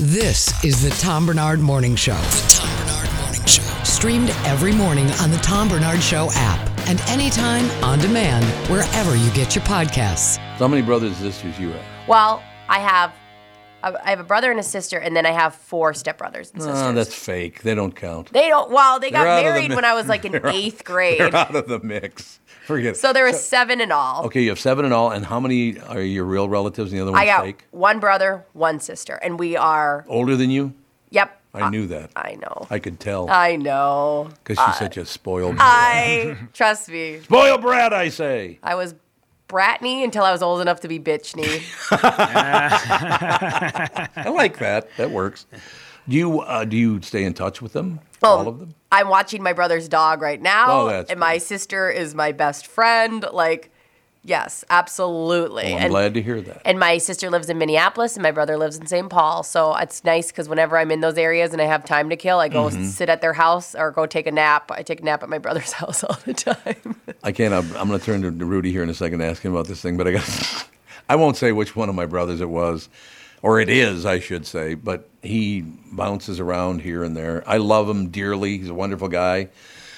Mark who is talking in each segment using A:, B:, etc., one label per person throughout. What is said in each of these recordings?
A: This is the Tom Bernard Morning Show. The Tom Bernard Morning Show. Streamed every morning on the Tom Bernard Show app and anytime on demand wherever you get your podcasts.
B: So how many brothers and sisters you have?
C: Well, I have I have a brother and a sister, and then I have four stepbrothers and sisters.
B: Ah, that's fake. They don't count.
C: they don't. Well, they got
B: They're out of the
C: married
B: mi-
C: when I was like in
B: They're out-
C: eighth grade,
B: They're out of the mix. Forget.
C: so
B: it.
C: there was seven in all.
B: okay, you have seven in all, and how many are your real relatives and the other ones
C: I got
B: fake?
C: one brother, one sister, and we are.
B: Older than you?
C: Yep.
B: I knew that. I,
C: I know.
B: could tell
C: I know.
B: because she's such a spoiled.
C: uh, I trust me.
B: spoiled brat, I say.
C: I was bratney until I was old enough to be bitchney.
B: I like that. That works. Do you uh, do you stay in touch with them?
C: Oh,
B: all of them.
C: I'm watching my brother's dog right now,
B: Oh,
C: and
B: that's
C: my
B: great.
C: sister is my best friend. Like, yes, absolutely.
B: Well, I'm
C: and,
B: glad to hear that.
C: and my sister lives in Minneapolis, and my brother lives in St. Paul. So it's nice because whenever I'm in those areas and I have time to kill, I go
B: Mm-hmm.
C: sit at their house or go take a nap. I take a nap at my brother's house all the time.
B: I can't. I'm, I'm going to turn to Rudy here in a second to ask him about this thing, but I got. I won't say which one of my brothers it was, or it is, I should say. But he bounces around here and there. I love him dearly. He's a wonderful guy.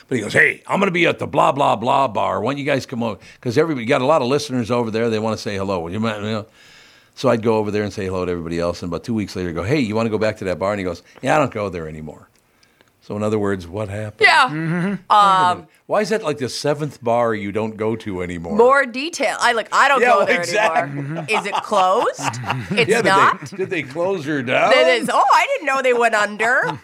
B: But he goes, "Hey, I'm going to be at the blah blah blah bar. Why don't you guys come over? Because everybody got a lot of listeners over there. They want to say hello. Would You mind, you know." So I'd go over there and say hello to everybody else. And about two weeks later, I go, "Hey, you want to go back to that bar?" And he goes, "Yeah, I don't go there anymore." So in other words, what happened?
C: yeah.
B: Why is that like the seventh bar you don't go to anymore?
C: More detail. I like. I don't
B: Yeah,
C: go there
B: exactly.
C: anymore. Is it closed? it's
B: Yeah, did
C: not.
B: They, did they close her down?
C: It is. Oh, I didn't know they went under.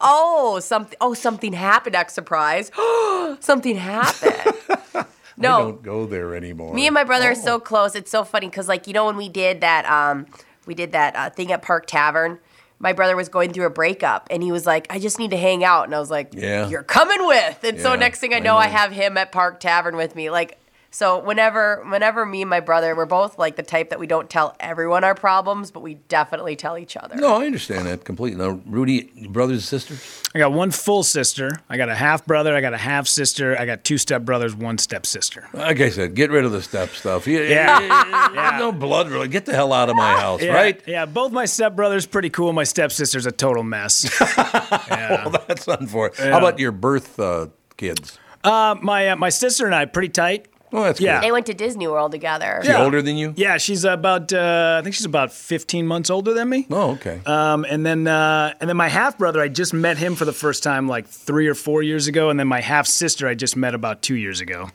C: Oh, something. Oh, something happened. X surprise. something happened.
B: I
C: No,
B: don't go there anymore. Oh.
C: me and my brother are so close. It's so funny because, like, you know, when we did that, um, we did that uh, thing at Park Tavern. My brother was going through a breakup, and he was like, "I just need to hang out," and I was like,
B: Yeah.
C: you're coming with." And so
B: Yeah,
C: next thing I
B: I
C: know, I
B: know.
C: have him at Park Tavern with me. Like, so whenever, whenever me and my brother, we're both like the type that we don't tell everyone our problems, but we definitely tell each other.
B: No, I understand that completely. Now, Rudy, brothers and sisters?
D: I got one full sister. I got a half brother. I got a half sister. I got two step brothers, one step sister.
B: Like I said, get rid of the step stuff. Yeah,
D: Yeah.
B: yeah. No blood really. Get the hell out of my house, right?
D: Yeah, both my step brothers pretty cool. My stepsister's a total mess.
B: Well, that's unfortunate. How about your birth uh, kids?
D: uh, my uh, my sister and I pretty tight.
B: Oh, that's
D: Yeah.
C: They went to Disney World together.
B: good. Is
D: Yeah.
B: She older than you?
D: Yeah, she's about uh, I think she's about 15 months older than me.
B: Oh, okay.
D: Um, and then uh, and then my half brother, I just met him for the first time like three or four years ago, and then my half sister, I just met about two years ago.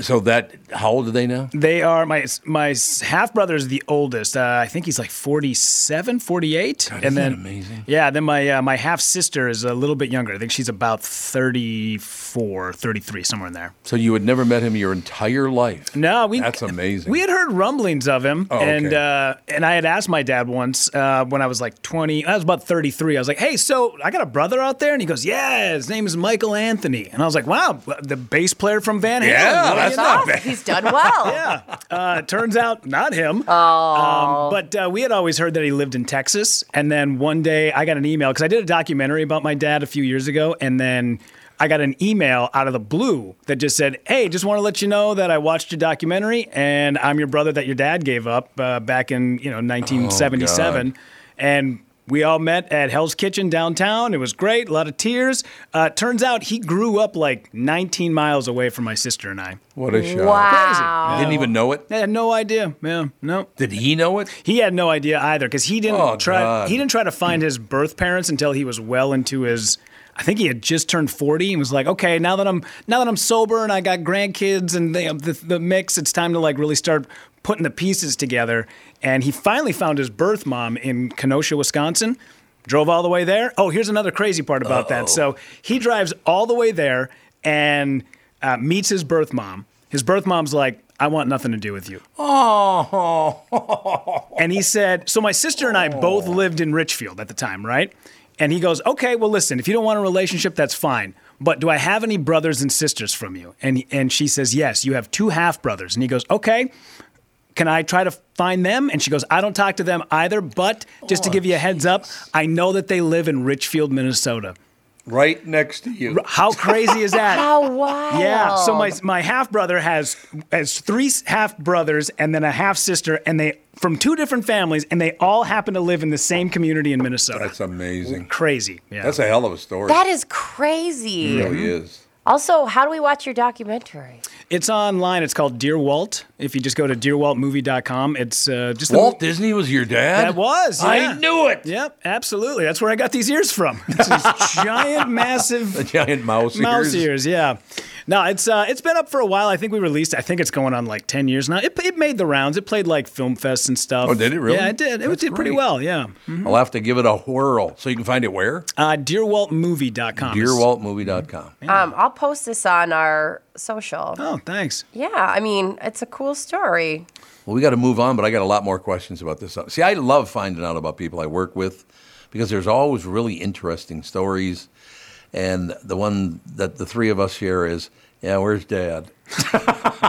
B: so that, how old are they now?
D: They are my my half brother is the oldest. Uh, I think he's like 47, 48. and
B: isn't that
D: then
B: amazing?
D: Yeah, then my uh, my half sister is a little bit younger. I think she's about 34, 33 somewhere in there.
B: So you had never met him your entire life.
D: No, we
B: That's amazing.
D: We had heard rumblings of him,
B: Oh, okay.
D: and uh, and I had asked my dad once uh, when I was like twenty, I was about thirty three. I was like, "Hey, so I got a brother out there," and he goes, "Yeah, his name is Michael Anthony," and I was like, "Wow, the bass player from Van Halen."
B: Yeah,
D: What do
B: that's
D: you know?"
B: not bad.
C: He's done well.
D: Yeah, uh, turns out not him. Oh, um, but uh, we had always heard that he lived in Texas, and then one day I got an email because I did a documentary about my dad a few years ago, and then I got an email out of the blue that just said, "Hey, just want to let you know that I watched your documentary, and I'm your brother that your dad gave up uh, back in you know 1977." and we all met at Hell's Kitchen downtown. It was great, a lot of tears. Uh, turns out he grew up like 19 miles away from my sister and I.
B: What a shock.
C: Wow.
B: Didn't even know it?
D: I had no idea. Yeah, no.
B: Did he know it?
D: He had no idea either because he didn't
B: Oh,
D: try.
B: God.
D: He didn't try to find his birth parents until he was well into his. I think he had just turned forty and was like, "Okay, now that I'm now that I'm sober and I got grandkids and the the, the mix, it's time to like really start putting the pieces together." And he finally found his birth mom in Kenosha, Wisconsin. Drove all the way there. Oh, here's another crazy part about that. So he drives all the way there and uh, meets his birth mom. His birth mom's like, "I want nothing to do with you."
B: Oh,
D: And he said, So my sister and I both lived in Richfield at the time, right? And he goes, Okay, well, listen, if you don't want a relationship, that's fine. But do I have any brothers and sisters from you? And, and she says, Yes, you have two half brothers. And he goes, Okay, can I try to find them? And she goes, I don't talk to them either, but just to give you a heads up, I know that they live in Richfield, Minnesota.
B: right next to you.
D: How crazy is that?
C: How wild.
D: Yeah. So my my half brother has has three half brothers and then a half sister, and they from two different families, and they all happen to live in the same community in Minnesota.
B: That's amazing.
D: crazy. Yeah.
B: That's a hell of a story.
C: That is crazy.
B: it really is.
C: Also, how do we watch your documentary?
D: it's online. It's called Dear Walt. If you just go to dearwaltmovie.com, it's uh, just the-
B: Walt Disney was your dad.
D: That was. yeah.
B: I knew it.
D: Yep, absolutely. That's where I got these ears from. It's these giant, massive
B: The giant mouse.
D: mouse ears. Yeah. No, it's uh, it's been up for a while. I think we released. I think it's going on like ten years now. It, it made the rounds. It played like film fests and stuff.
B: Oh, did it really?
D: Yeah, it did. It
B: That's
D: did pretty
B: great.
D: well. Yeah.
B: I'll have to give it a whirl. So you can find it where?
D: Uh, DearWaltMovie.com.
B: DearWaltMovie.com.
C: Um, I'll post this on our social.
D: Oh, thanks.
C: Yeah, I mean, it's a cool story.
B: Well, we got to move on, but I got a lot more questions about this. See, I love finding out about people I work with because there's always really interesting stories. And the one that the three of us share is, yeah, where's dad?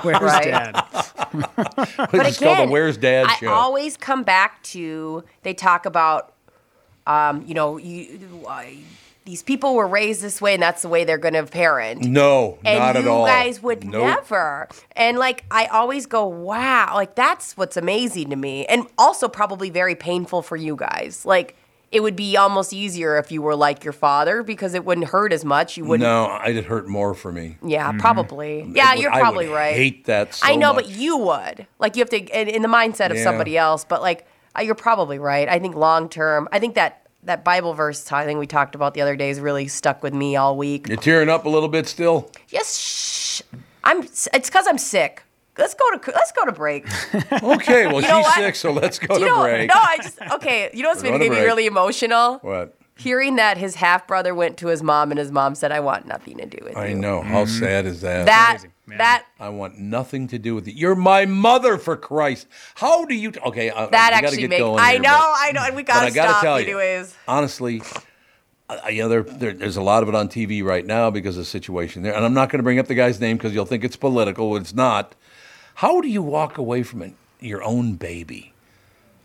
D: Where's
C: Right.
D: Dad?
B: This is called the Where's Dad
C: I
B: show.
C: always come back to they talk about, um, you know, you uh, these people were raised this way, and that's the way they're going to parent.
B: no,
C: and
B: not
C: you
B: at all.
C: guys would
B: Nope.
C: never. And like I always go, wow, like that's what's amazing to me, and also probably very painful for you guys. Like it would be almost easier if you were like your father because it wouldn't hurt as much. You wouldn't.
B: No, it hurt more for me.
C: Yeah, probably. Yeah,
B: Mm-hmm. It would-
C: you're
B: I would
C: probably right.
B: Hate that. So
C: I know,
B: much.
C: but you would. Like you have to in, in the mindset of
B: Yeah.
C: somebody else. But like uh, you're probably right. I think long term. I think that that Bible verse I think we talked about the other day is really stuck with me all week.
B: You're tearing up a little bit still.
C: Yes, shh. I'm. It's because I'm sick. Let's go to let's go to break.
B: Okay, well
C: You know
B: she's
C: what?
B: sick, so let's go
C: Do you
B: to
C: know?
B: break.
C: No, I just okay. You know what's
B: We're
C: made me
B: going to break.
C: really emotional?
B: What?
C: Hearing that his half brother went to his mom and his mom said, "I want nothing to do with
B: I
C: you."
B: know. How sad is that?
C: That
D: amazing, man.
C: that
B: I want nothing to do with it. You're my mother, for Christ. How do you? Okay, I,
C: that
B: we gotta
C: actually
B: get
C: makes.
B: going
C: I
B: here,
C: know.
B: but-
C: I know. And we
B: but
C: gotta,
B: I gotta
C: stop.
B: tell you,
C: anyways.
B: honestly, I, you know, there, there, there's a lot of it on TV right now because of the situation there. And I'm not going to bring up the guy's name because you'll think it's political. It's not. How do you walk away from it, your own baby?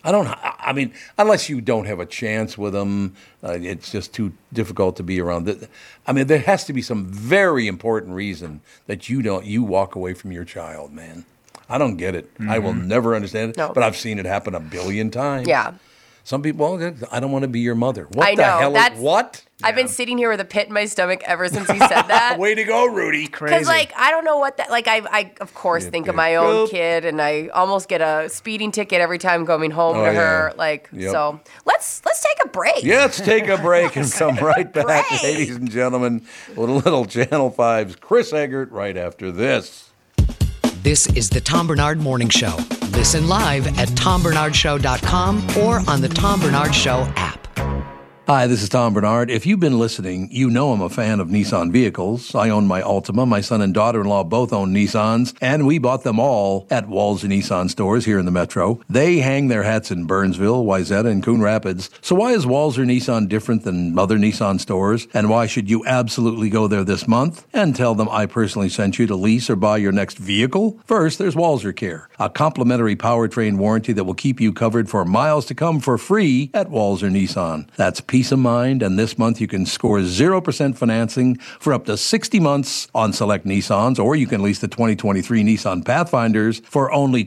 B: I don't. I I mean, unless you don't have a chance with them, uh, it's just too difficult to be around. Th- I mean, there has to be some very important reason that you don't you walk away from your child, man. I don't get it. I will never understand it.
C: Mm-hmm. No.
B: But I've seen it happen a billion times.
C: Yeah.
B: Some people, "Oh, I don't want to be your mother. What
C: I
B: the
C: know,
B: hell?
C: that's-
B: is, what?
C: I've been sitting here with a pit in my stomach ever since he said that.
B: Way to go, Rudy.
C: Because like I don't know what that like I I of course think of
B: big
C: my own
B: gulp.
C: kid and I almost get a speeding ticket every time going home
B: Oh,
C: to
B: yeah.
C: her like
B: Yep.
C: so let's let's take a break
B: Yeah, let's take a break and come right back,
C: Break.
B: ladies and gentlemen, with a little Channel 5's Chris Eggert right after this.
A: This is the Tom Bernard Morning Show. Listen live at tombernardshow.com or on the Tom Bernard Show app.
B: Hi, this is Tom Bernard. If you've been listening, you know I'm a fan of Nissan vehicles. I own my Altima. My son and daughter in law both own Nissans, and we bought them all at Walls Nissan stores here in the metro. They hang their hats in Burnsville, Wayzata, and Coon Rapids. So, why is Walzer Nissan different than other Nissan stores? And why should you absolutely go there this month and tell them I personally sent you to lease or buy your next vehicle? First, there's Walzer Care, a complimentary powertrain warranty that will keep you covered for miles to come for free at Walzer Nissan. That's peace of mind, and this month you can score 0% financing for up to 60 months on select Nissans, or you can lease the 2023 Nissan Pathfinders for only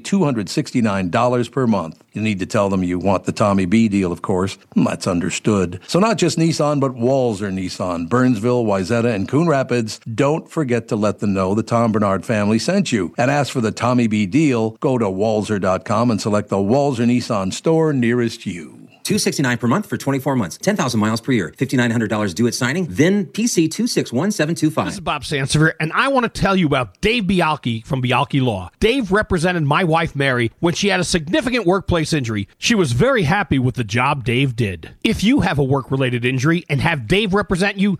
B: $269 per month. You need to tell them you want the Tommy B deal, of course. That's understood. So not just Nissan, but Walzer Nissan, Burnsville, Wyzetta, and Coon Rapids. Don't forget to let them know the Tom Bernard family sent you. And ask for the Tommy B deal. Go to walzer.com and select the Walzer Nissan store nearest you.
E: 269 per month for 24 months, 10,000 miles per year, $5,900 due at signing, then PC
F: This is
E: 261725.
F: Bob Sansevier, and I want to tell you about Dave Bialki from Bialki Law. Dave represented my wife, Mary, when she had a significant workplace injury. She was very happy with the job Dave did. If you have a work related injury and have Dave represent you,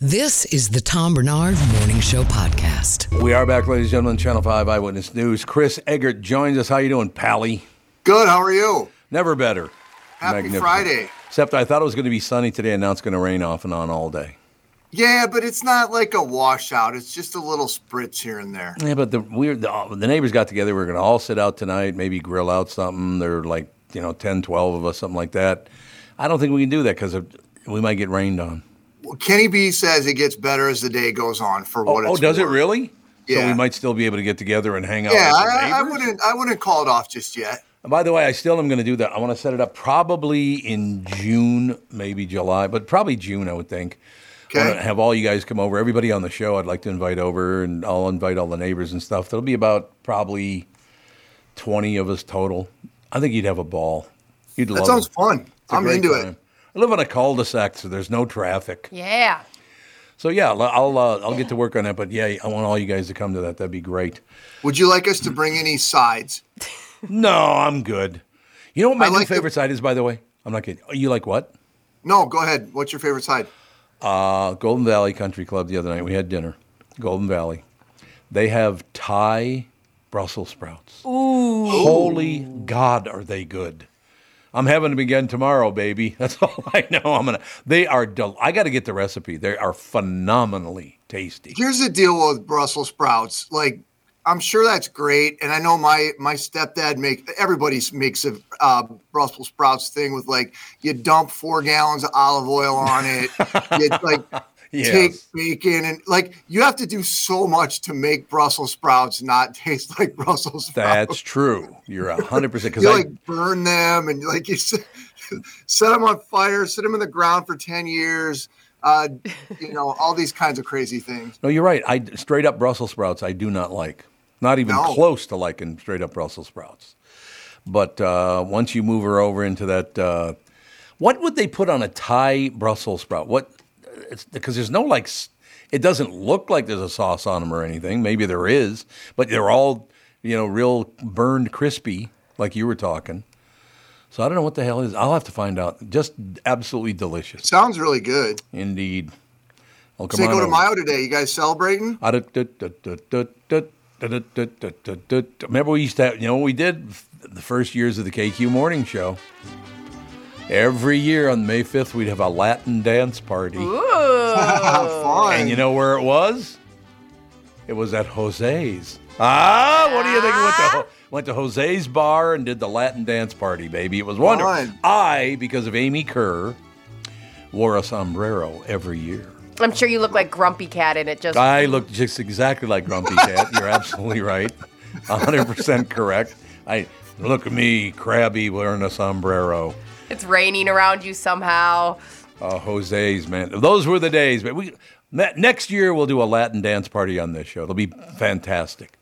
A: This is the Tom Bernard Morning Show podcast.
B: We are back, ladies and gentlemen. Channel Five Eyewitness News. Chris Eggert joins us. How you doing, Pally?
G: Good. How are you?
B: Never better.
G: Happy
B: Magnificent.
G: Friday.
B: Except I thought it was going to be sunny today, and now it's going to rain off and on all day.
G: Yeah, but it's not like a washout. It's just a little spritz here and there.
B: Yeah, but the we the, uh, the neighbors got together. We are going to all sit out tonight, maybe grill out something. There are like you know 10, 12 of us, something like that. I don't think we can do that because we might get rained on.
G: Well, Kenny B says it gets better as the day goes on. For what?
B: oh,
G: it's
B: does it
G: worth.
B: really? So we
G: Yeah.
B: might still be able to get together and hang out.
G: Yeah,
B: with our
G: I, I
B: neighbors?
G: wouldn't. I wouldn't call it off just yet.
B: And by the way, I still am going to do that. I want to set it up probably in June, maybe July, but probably June, I would think. I want
G: Okay.
B: to have all you guys come over. Everybody on the show, I'd like to invite over, and I'll invite all the neighbors and stuff. There'll be about probably 20 of us total. I think you'd have a ball. You'd
G: That
B: love
G: sounds
B: it.
G: fun.
B: It's a
G: I'm
B: great
G: into
B: time.
G: it.
B: I live on a cul-de-sac, so there's no traffic.
C: Yeah.
B: So yeah, I'll I'll, uh, I'll get to work on that. But yeah, I want all you guys to come to that. That'd be great.
G: Would you like us to bring any sides?
B: No, I'm good. You know what my
G: I
B: new
G: like the-
B: favorite side is, by the way? I'm not kidding. Oh, You like what?
G: No, go ahead. What's your favorite side?
B: Uh, Golden Valley Country Club the other night. We had dinner. Golden Valley. They have Thai Brussels sprouts. Ooh. Holy God, are they good? I'm having them again tomorrow, baby. That's all I know. I'm gonna. They are. Del- I got to get the recipe. They are phenomenally tasty.
G: Here's the deal with Brussels sprouts. Like, I'm sure that's great, and I know my my stepdad make everybody makes a uh, Brussels sprouts thing with like you dump four gallons of olive oil on it. you like
B: Yes.
G: take bacon and like you have to do so much to make Brussels sprouts not taste like Brussels sprouts.
B: That's true. You're hundred percent. Because
G: you
B: I
G: like burn them and like you set, set them on fire, sit them in the ground for ten years. Uh, you know all these kinds of crazy things.
B: no, you're right. I straight up Brussels sprouts. I do not like. Not even
G: No.
B: close to liking straight up Brussels sprouts. But uh, once you move her over into that, uh, what would they put on a Thai Brussels sprout? What? It's because there's no like. s- It doesn't look like there's a sauce on them or anything. Maybe there is, but they're all you know real burned crispy, like you were talking. So I don't know what the hell it is. I'll have to find out. Just absolutely delicious,
G: Sounds really good.
B: indeed. Well, come
G: Cinco
B: on
G: de
B: over.
G: Mayo today. You guys celebrating?
B: Ah, da- da- da- da- da- da- da- da- da- da- da- da- da. Remember, we used to have, you know what we did F- the first years of the KQ Morning Show? Every year on May 5th, we'd have a Latin dance party.
C: Oh.
G: Fun.
B: And you know where it was? It was at Jose's. Ah, what do you think? Went to, Ho- went to Jose's bar and did the Latin dance party, baby. It was wonderful.
G: Fun.
B: I, because of Amy Kerr, wore a sombrero every year.
C: I'm sure you look like Grumpy Cat in it. Just
B: I look just exactly like Grumpy Cat. You're absolutely right. 100% correct. I look at me, crabby, wearing a sombrero.
C: it's raining around you somehow.
B: Uh, Jose's man. Those were the days. But we ne- next year we'll do a Latin dance party on this show. It'll be fantastic.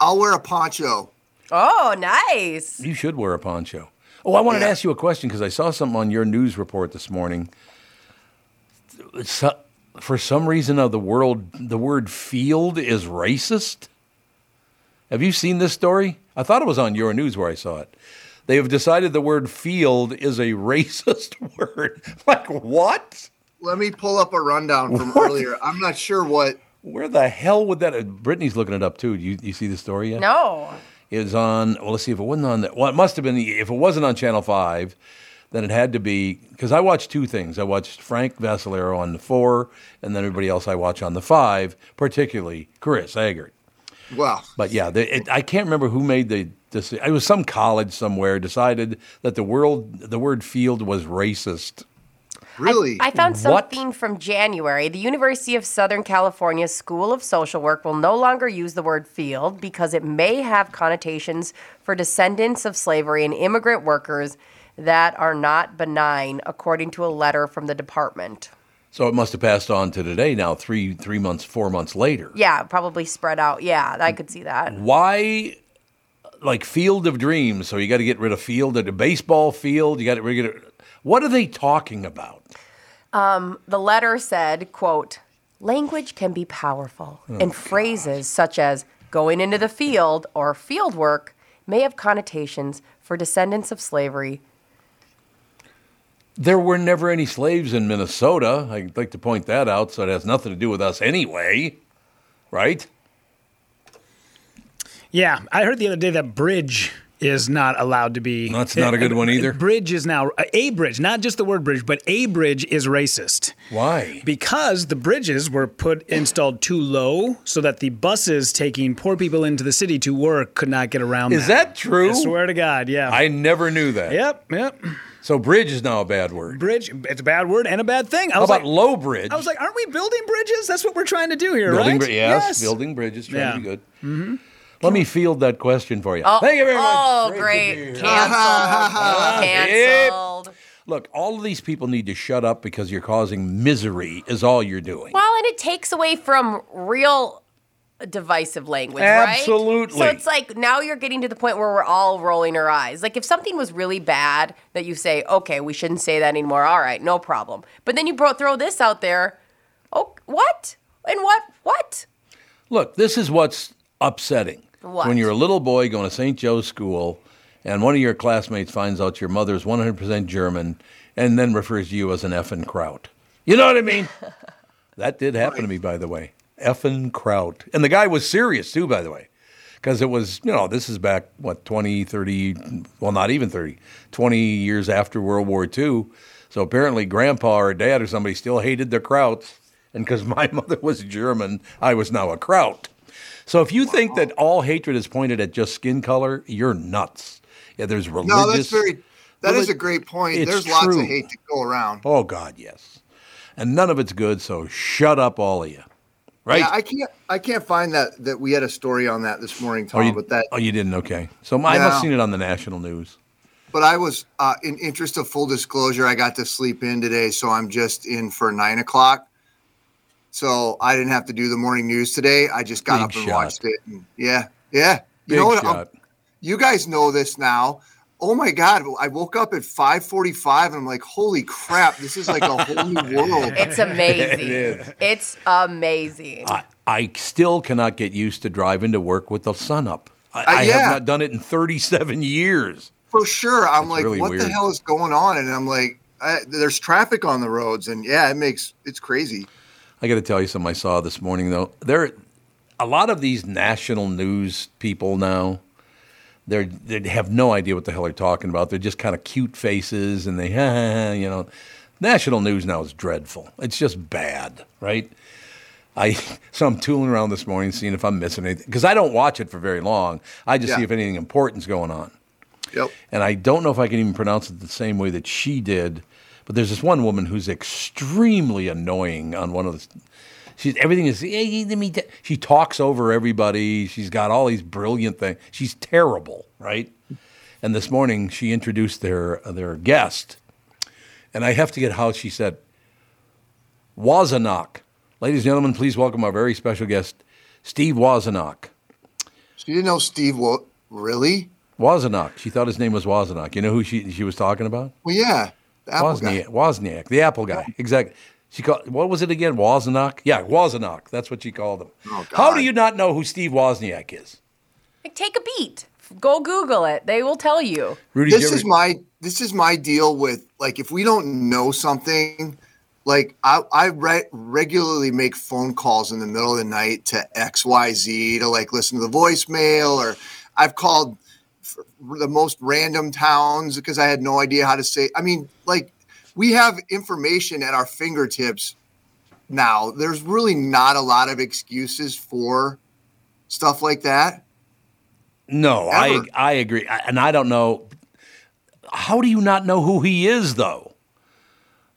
G: I'll wear a poncho.
C: Oh, nice.
B: You should wear a poncho. Oh, I wanted to ask you a question because I saw something on your news report this morning. So, for some reason of the world, the word field is racist. Have you seen this story? I thought it was on your news where I saw it. They have decided the word field is a racist word. Like, what?
G: Let me pull up a rundown from
B: What?
G: earlier. I'm not sure what.
B: Where the hell would that? uh, Brittany's looking it up too. You, you see the story yet?
C: No.
B: is on. Well, let's see if it wasn't on that. Well, it must have been. If it wasn't on Channel Five, then it had to be because I watched two things. I watched Frank Vassalero on the four, and then everybody else I watch on the five, particularly Chris Eggert.
G: Well,
B: But yeah, the, it, I can't remember who made the. This, it was some college somewhere decided that the world, the word field was racist.
G: Really?
C: I, I found
B: What?
C: something from January. The University of Southern California School of Social Work will no longer use the word field because it may have connotations for descendants of slavery and immigrant workers that are not benign, according to a letter from the department.
B: So it must have passed on to today now, three three months, four months later.
C: Yeah, probably spread out. Yeah, I could see that.
B: Why, like Field of Dreams? So you got to get rid of Field, the baseball field. You got to get. rid- What are they talking about?
C: the letter said, quote, language can be powerful, and phrases such as going into the field or field work may have connotations for descendants of slavery.
B: There were never any slaves in Minnesota. I'd like to point that out. So it has nothing to do with us anyway, right?
D: Yeah, I heard the other day that bridge is not allowed to be.
B: That's not a good one either.
D: Bridge is now a bridge, not just the word bridge, but a bridge is racist
B: Why?
D: because the bridges were put installed too low so that the buses taking poor people into the city to work could not get around.
B: Is that true?
D: I swear to God, yeah.
B: I never knew that.
D: yep, yep.
B: So bridge is now a bad word.
D: Bridge, it's a bad word and a bad thing. I
B: How
D: was
B: about
D: like,
B: low bridge?
D: I was like, aren't we building bridges? That's what we're trying to do here,
B: building
D: right?
B: bri- yes, building bridges trying
D: Yeah.
B: to be good. Mm-hmm. Let me field that question for you. Thank you very much.
C: Oh,
B: to be
C: great.
B: here.
C: Canceled. Canceled.
B: Look, all of these people need to shut up because you're causing misery. Is all you're doing.
C: Well, and it takes away from real divisive language,
B: Absolutely.
C: right? So it's like now you're getting to the point where we're all rolling our eyes. Like if something was really bad that you say, okay, we shouldn't say that anymore. All right, no problem. But then you bro- throw this out there. Oh, what? And what? What?
B: Look, this is what's upsetting.
C: What?
B: When you're a little boy going to St. Joe's school, and one of your classmates finds out your mother's 100% German, and then refers to you as an effing kraut. You know what I mean? that did happen to me, by the way. Effing kraut. And the guy was serious, too, by the way. Because it was, you know, this is back, what, 20, 30, well, not even 30, 20 years after World War II. So apparently, grandpa or dad or somebody still hated the krauts. And because my mother was German, I was now a kraut. So if you think that all hatred is pointed at just skin color, you're nuts. Yeah, there's religious.
G: no, that's very. That is a great point.
B: It's
G: There's lots
B: true.
G: of hate to go around.
B: Oh God, yes. And none of it's good. So shut up, all of you. Right?
G: Yeah, I can't. I can't find that that we had a story on that this morning, Tom.
B: oh, you,
G: but that.
B: oh, you didn't. Okay. So I must
G: No.
B: have seen it on the national news.
G: But I was uh, in interest of full disclosure. I got to sleep in today, so I'm just in for nine o'clock. So I didn't have to do the morning news today. I just got
B: Big
G: up and
B: shot.
G: watched it. And yeah, yeah. You
B: Big
G: know what? I'm-
B: shot.
G: you guys know this now. Oh my God! I woke up at five forty-five, and I'm like, "Holy crap! This is like a whole new world."
C: It's amazing.
B: It is.
C: It's amazing.
B: I, I still cannot get used to driving to work with the sun up. I, I
G: Uh, yeah.
B: have not done it in 37 years.
G: For sure. I'm
B: It's
G: like,
B: really
G: what the
B: weird.
G: hell is going on? And I'm like, I, there's traffic on the roads, and yeah, it makes it's crazy.
B: I got to tell you something I saw this morning though. There, a lot of these national news people now, they're they have no idea what the hell they're talking about. They're just kind of cute faces, and they, you know, national news now is dreadful. It's just bad, right? I so I'm tooling around this morning, seeing if I'm missing anything because I don't watch it for very long. I just
G: Yeah.
B: see if anything important's going on
G: Yep.
B: and I don't know if I can even pronounce it the same way that she did. But there's this one woman who's extremely annoying on one of the. She's everything is. "Eh, eh, let me ta-" She talks over everybody. She's got all these brilliant things. She's terrible, right? And this morning she introduced their their guest, and I have to get how she said. Wozniak, ladies and gentlemen, please welcome our very special guest, Steve Wozniak.
G: So you didn't know Steve? Well, really?
B: Wozniak. She thought his name was Wozniak. You know who she she was talking about?
G: Well, yeah. The Apple guy.
B: Wozniak, Wozniak, the Apple guy. Exactly. She called. What was it again? Wozniak. Yeah, Wozniak. That's what she called him.
G: Oh,
B: How
G: God.
B: do you not know who Steve Wozniak is?
C: Like, take a beat. Go Google it. They will tell you.
B: Rudy.
G: This
B: Givers-
G: is my this is my deal with like if we don't know something, like I I re- regularly make phone calls in the middle of the night to X Y Z to like listen to the voicemail or I've called for the most random towns because I had no idea how to say. I mean, like we have information at our fingertips now. There's really not a lot of excuses for stuff like that.
B: No, I
G: Ever.
B: I agree, I, and I don't know. How do you not know who he is though?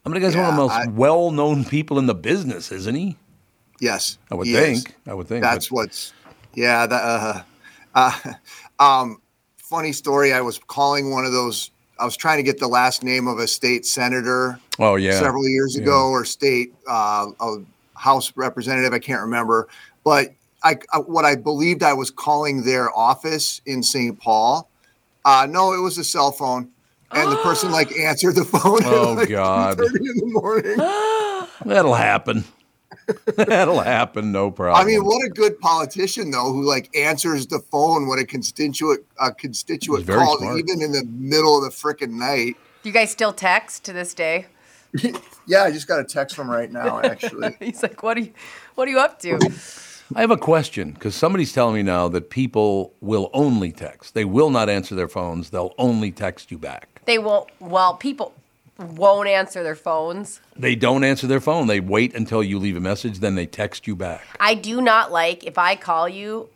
B: I mean, the guy's one of the
G: Yeah,
B: most
G: I-
B: well-known people in the business, isn't he?
G: Yes,
B: I would
G: he is.
B: think. I would think. but-
G: That's what's, yeah. That, uh, uh, um, funny story. I was calling one of those. I was trying to get the last name of a state senator
B: Oh yeah.
G: several years
B: Yeah.
G: ago, or state uh, a House representative. I can't remember, but I, I what I believed I was calling their office in St. Paul. Uh, no, it was a cell phone, and the person like answered the phone. at,
B: Oh,
G: like,
B: God.
G: 2:30 in the morning.
B: That'll happen. That'll happen. No problem.
G: I mean, what a good politician though, who like answers the phone when a constituent a constituent
B: He's very
G: calls,
B: smart.
G: even in the middle of the freaking night.
C: Do you guys still text to this day?
G: Yeah, I just got a text from right now. Actually,
C: He's like, what are you, what are you up to?
B: I have a question because somebody's telling me now that people will only text. They will not answer their phones. They'll only text you back.
C: They won't. Well, people won't answer their phones.
B: They don't answer their phone. They wait until you leave a message, then they text you back.
C: I do not like if I call you,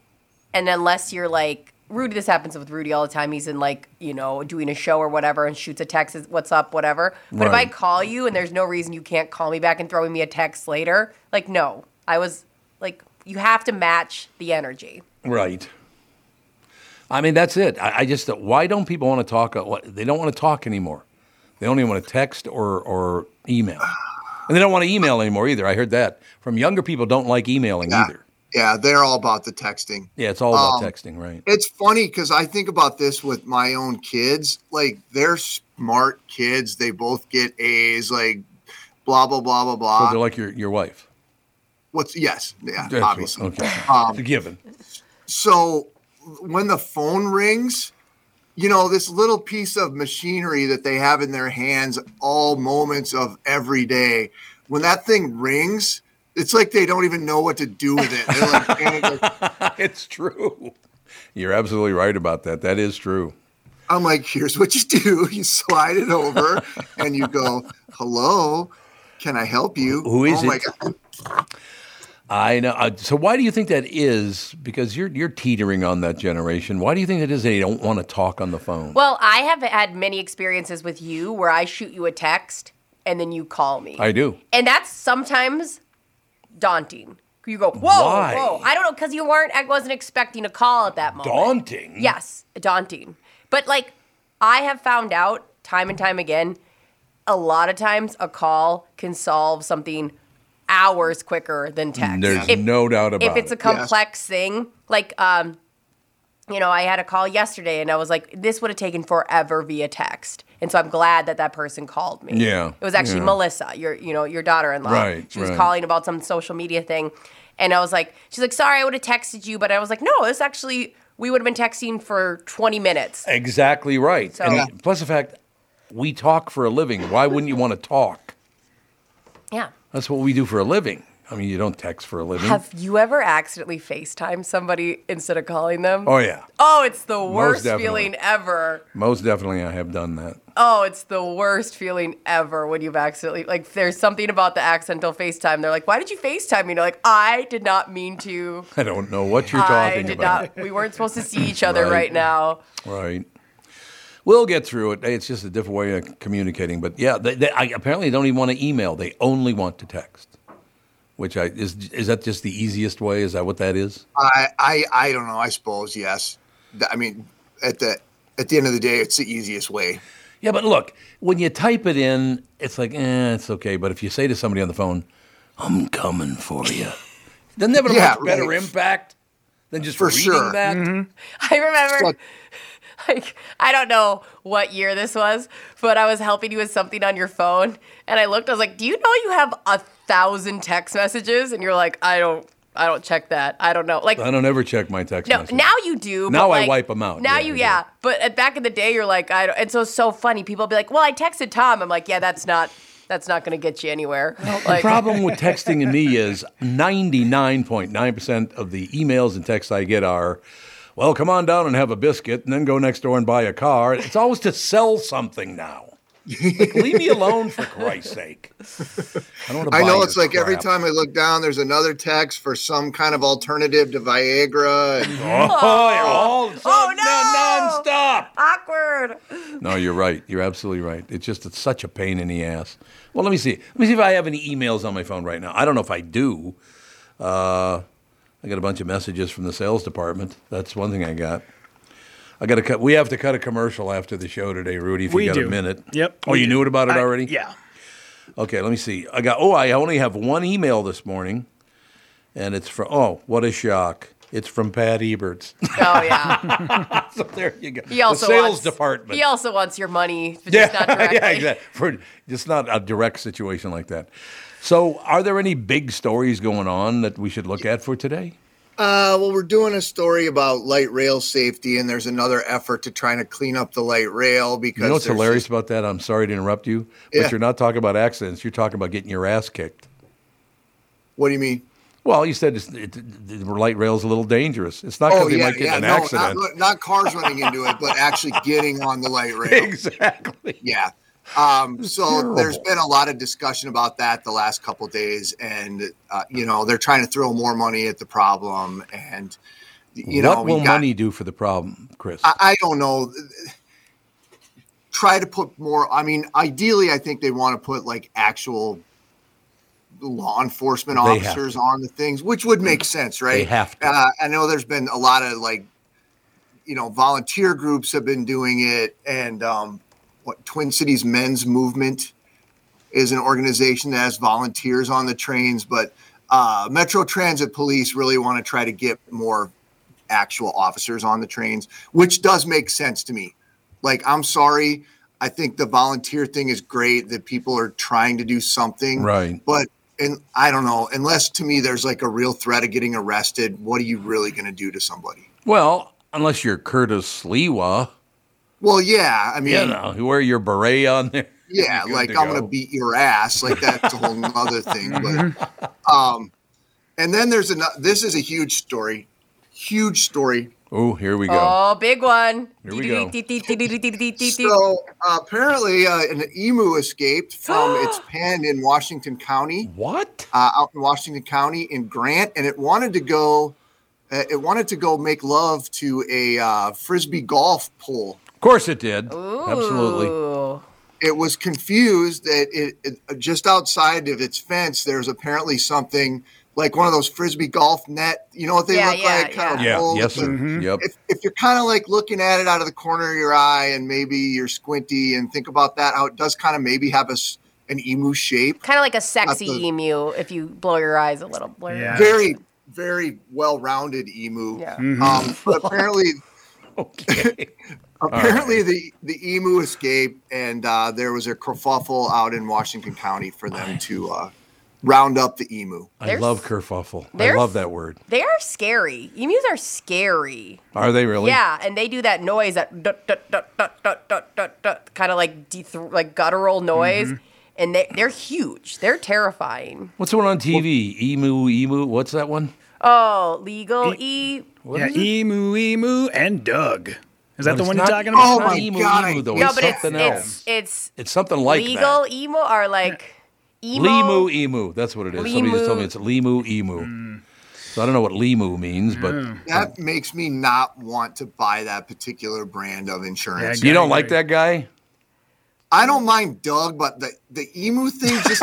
C: and unless you're like Rudy, this happens with Rudy all the time. He's in like you know doing a show or whatever, and shoots a text, is, "What's up?" Whatever. But if I
B: Right.
C: call you and there's no reason you can't call me back and throw me a text later, like no, I was like you have to match the energy.
B: Right. I mean, that's it. I, I just why don't people want to talk? uh, What, they don't want to talk anymore. They only want to text or or email, and they don't want to email anymore either. I heard that from younger people. Don't like emailing either.
G: yeah, they're all about the texting.
B: Yeah, it's all about
G: Um,
B: texting, right?
G: It's funny because I think about this with my own kids. Like they're smart kids. They both get A's. Like blah blah blah blah
B: So
G: blah.
B: they're like your your wife.
G: What's yes, yeah,
B: That's what-
G: obviously.
B: Okay.
G: Um,
B: It's a given.
G: so when the phone rings you know this little piece of machinery that they have in their hands all moments of every day when that thing rings it's like they don't even know what to do with it They're like, panicked, like-
B: it's true. You're absolutely right about that. That is true.
G: i'm like here's what you do you slide it over and you go hello can i help you
B: Who is
G: oh my
B: it?
G: god
B: I know. Uh, so why do you think that is? Because you're you're teetering on that generation. Why do you think it is they don't want to talk on the phone?
C: Well, I have had many experiences with you where I shoot you a text and then you call me.
B: I do.
C: And that's sometimes daunting. You go, whoa,
B: Why?
C: whoa. I don't know, because you weren't, I wasn't expecting a call at that moment.
B: Daunting.
C: Yes, daunting. But like, I have found out time and time again, a lot of times a call can solve something hours quicker than text.
B: There's
C: If-
B: no doubt about
C: if it's a
B: it.
C: complex thing like um you know i had a call yesterday and i was like this would have taken forever via text and so i'm glad that that person called me
B: Yeah,
C: it was actually
B: yeah.
C: melissa your you know your daughter-in-law
B: Right,
C: she was
B: right.
C: calling about some social media thing and i was like she's like sorry i would have texted you but i was like no this actually we would have been texting for 20 minutes
B: Exactly right.
C: So-
B: and
C: Yeah.
B: plus the fact we talk for a living. Why wouldn't you want to talk?
C: yeah
B: That's what we do for a living. I mean, you don't text for a living.
C: have you ever accidentally facetime somebody instead of calling them
B: oh yeah.
C: oh it's the worst
B: definitely.
C: feeling ever
B: Most definitely I have done that.
C: Oh, it's the worst feeling ever when you've accidentally like there's something about the accidental FaceTime. They're like, Why did you FaceTime me? And you're like, I did not mean to.
B: I don't know what you're
C: I
B: talking
C: did
B: about.
C: not we weren't supposed to see each other
B: Right.
C: right, now.
B: Right. We'll get through it. It's just a different way of communicating. But yeah, they, they, I, apparently they don't even want to email. They only want to text. Which I is is that just the easiest way? Is that what that is?
G: I, I i don't know i suppose yes Th- i mean at the at the end of the day it's the easiest way
B: Yeah, but look, when you type it in, it's like, eh, it's okay. But if you say to somebody on the phone, "I'm coming for you," doesn't that have a
G: Yeah,
B: much better
G: right.
B: impact than just
G: For
B: reading
G: sure.
B: that?
C: I remember
G: What-
C: like I don't know what year this was, but I was helping you with something on your phone and I looked, I was like, Do you know you have a thousand text messages? And you're like, I don't I don't check that. I don't know. Like
B: I don't ever check my text.
C: No,
B: messages.
C: now you do. but,
B: Now I
C: like,
B: wipe 'em out.
C: Now
B: Yeah,
C: you,
B: I do.
C: yeah. But at, back in the day, you're like, I don't. And so it's so funny. People be like, "Well, I texted Tom." I'm like, "Yeah, that's not. That's not going to get you anywhere." Like,
B: The problem with texting and me is 99.9% of the emails and texts I get are, well, come on down and have a biscuit and then go next door and buy a car. It's always to sell something now. Like, leave me alone for Christ's sake. I don't want to.
G: I know it's like every time I look down, there's another text for some kind of alternative to Viagra. And,
B: Oh, all,
C: Oh,
B: no!
C: no.
B: nonstop.
C: Awkward.
B: No, you're right. You're absolutely right. It's just it's such a pain in the ass. Well, let me see. Let me see if I have any emails on my phone right now. I don't know if I do. Uh, I got a bunch of messages from the sales department. That's one thing I got. I got to cut. We have to cut a commercial after the show today, Rudy. If
D: We
B: you got
D: do.
B: a minute.
D: Yep,
B: Oh,
D: we
B: you
D: do.
B: knew it about it
D: I-
B: already.
D: yeah.
B: Okay. Let me see. I got. Oh, I only have one email this morning, and it's from. Oh, what a shock! It's from Pat Eberts.
C: Oh yeah.
B: so there you go.
C: He also
B: the sales
C: wants,
B: department.
C: He also wants your money, but just not directly.
B: yeah, exactly. For just not a direct situation like that. So, are there any big stories going on that we should look at for today?
G: uh, well, we're doing a story about light rail safety, and there's another effort to trying to clean up the light rail because
B: You know what's
G: there's
B: hilarious
G: just-
B: about that? I'm sorry to interrupt you,
G: Yeah.
B: but you're not talking about accidents. You're talking about getting your ass kicked.
G: what do you mean?
B: Well, you said it's, it, the light rail's a little dangerous. It's not because they might get in an
G: Oh, no,
B: accident.
G: Not, not cars running into it, but actually getting on the light rail.
B: exactly.
G: Yeah. Um, so there's been a lot of discussion about that the last couple of days, and uh, you know they're trying to throw more money at the problem, and you know
B: what
G: we
B: will
G: got-
B: money do for the problem, Chris?
G: I, I don't know. Try to put more. I mean, ideally, I think they want to put like actual law enforcement
B: They have
G: officers
B: to.
G: on the things, which would make sense, right?
B: have to.
G: Uh, I know there's been a lot of like, you know, volunteer groups have been doing it, and um, what Twin Cities Men's Movement is an organization that has volunteers on the trains, but uh, Metro Transit Police really want to try to get more actual officers on the trains, which does make sense to me. Like, I'm sorry. I think the volunteer thing is great that people are trying to do something.
B: Right.
G: But, and I don't know, unless to me there's like a real threat of getting arrested, what are you really going to do to somebody?
B: well, unless you're Curtis Lewa,
G: Well, yeah. I mean,
B: you know, you wear your beret on there.
G: Yeah,
B: You're good
G: like
B: to
G: I'm gonna
B: go.
G: beat your ass. Like that's a whole nother thing. But um, and then there's another. This is a huge story. Huge story.
B: Oh, here we go.
C: Oh, big one.
B: Here we go.
G: So apparently, uh, an emu escaped from its pen in Washington County,
B: what?
G: uh, out in Washington County in Grant, and it wanted to go. Uh, it wanted to go make love to a uh, frisbee golf pole.
B: Of course it did. Absolutely.
C: Ooh.
G: it was confused that it, it just outside of its fence there's apparently something like one of those frisbee golf net you know what they
C: Yeah,
G: look
C: yeah,
G: like kind of
B: Yeah.
G: rolled,
B: Yes,
G: but
B: sir. Yep.
G: if, if you're kind of like looking at it out of the corner of your eye and maybe you're squinty and think about that how it does kind of maybe have a s- an emu shape
C: Kind of like a sexy
G: Not the-
C: emu if you blow your eyes a little. Blur your
D: Yeah.
C: eyes.
G: very very well-rounded emu
C: Yeah.
G: um, but apparently
B: Mm-hmm. Okay.
G: apparently the the emu escaped and uh, there was a kerfuffle out in washington county for them to uh, round up the emu
B: I
C: There's-
B: love kerfuffle. I
C: there's-
B: love that word.
C: They are scary. Emus are scary.
B: Are they really?
C: Yeah, and they do that noise that dut, dut, dut, dut, dut, dut, dut, dut, kind of like de- like guttural noise,
B: Mm-hmm.
C: and they they're huge. They're terrifying.
B: What's the one on TV? Emu, emu. What's that one?
C: Oh, legal e.
B: What
D: yeah,
B: is it?
D: emu, emu, and Doug. Is
B: But
D: that the
B: it's
D: one
B: not-
D: you're talking about?
G: Oh my
B: emu,
G: God,
B: emu,
G: I-
B: though.
C: No,
B: it's
C: but it's
B: something
C: it's
B: else.
C: it's
B: It's something like
C: legal
B: that. E.
C: emo or like emo.
B: Lemu, emu. That's what it is. Somebody just told me
C: Lemu.
B: it's lemu, emu. So I don't know what lemu means, but
G: That makes me not want to buy that particular brand of insurance.
D: Yeah,
B: you
D: I
B: don't
D: agree.
B: like that guy?
G: I don't mind Doug, but the, the emu thing just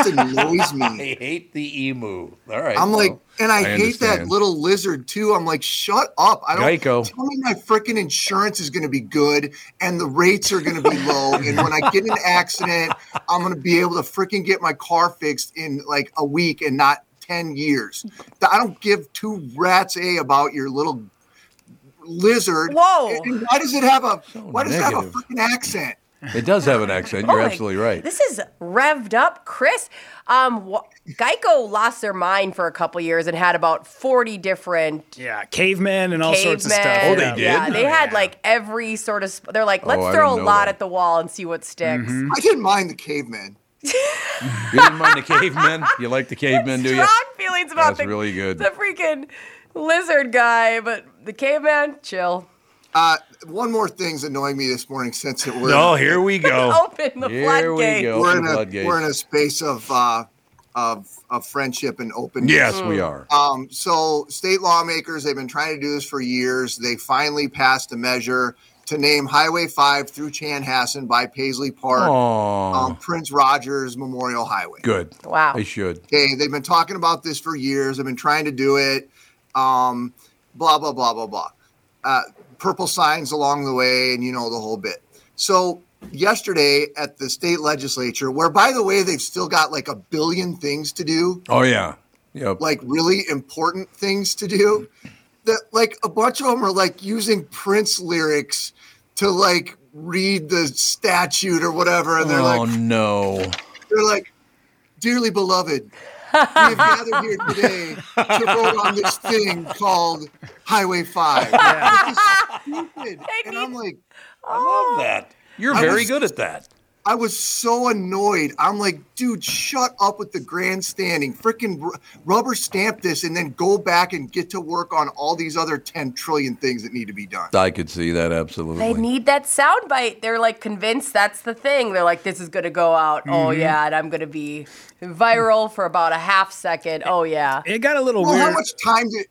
G: annoys me.
B: hate the emu. All right.
G: I'm like,
B: well,
G: and I,
B: I
G: hate that
B: understand.
G: little lizard too. I'm like, shut up. I don't
B: Geico.
G: tell me my freaking insurance is going to be good and the rates are going to be low. and when I get in an accident, I'm going to be able to freaking get my car fixed in like a week and not 10 years. I don't give two rats a about your little lizard.
C: Whoa.
G: And why does it have a why does it have a
B: negative.
G: freaking accent?
B: it does have an accent.
C: Oh
B: You're
C: my-
B: absolutely right.
C: This is revved up, Chris. Um, wh- Geico lost their mind for a couple years and had about forty different
D: Yeah, cavemen and all sorts of
C: cavemen.
D: stuff.
B: Oh, they
D: yeah.
B: did? Oh,
C: Yeah, they
D: Oh,
C: had
D: yeah.
C: like every sort of. Sp- they're like, let's
B: I
C: throw a
B: didn't know
C: lot
B: that. Mm-hmm.
C: at the wall and see what sticks.
B: Hmm?
G: I didn't mind the caveman.
B: You didn't mind the cavemen? You like the cavemen, do you?
C: Strong feelings about
B: That's
C: the
B: really good.
C: the freaking lizard guy, but the caveman, chill.
G: Uh, one more thing's annoying me this morning since it was
B: Oh, here we go.
C: Open the
B: Here we
C: floodgate.
B: go.
G: we're
B: Open
G: in
B: the
G: a
B: floodgates.
G: we're in a space of uh, of of friendship and openness.
B: Yes, we
C: Mm.
B: are.
G: Um, so state lawmakers, they've been trying to do this for years. They finally passed a measure to name Highway 5 through Chanhassen by Paisley Park,
B: Aw,
G: um, Prince Rogers Memorial Highway.
B: good.
C: Wow.
B: They should.
G: Okay, they've been talking about this for years. They've been trying to do it. Um, blah blah blah blah blah. Uh, purple signs along the way, and you know the whole bit. So yesterday at the state legislature, where by the way they've still got like a billion things to do,
B: Oh yeah. Yep.
G: like really important things to do. That like a bunch of them are like using Prince lyrics to like read the statute or whatever, and they're
B: oh
G: like
B: no.
G: they're like, dearly beloved, we have gathered here today to vote on this thing called Highway Five. This is stupid. And I'm like,
B: I love that. You're
G: I
B: very
G: was-
B: good at that.
G: I was so annoyed. I'm like, dude, shut up with the grandstanding. Freaking r- rubber stamp this and then go back and get to work on all these other 10 trillion things that need to be done.
B: I could see that absolutely.
C: They need that soundbite. They're like convinced that's the thing. They're like, this is going to go out. Oh,
B: Mm-hmm.
C: yeah. And I'm going to be viral for about a half second. Oh, yeah.
D: It got a little
G: Well,
D: weird.
G: how much time did.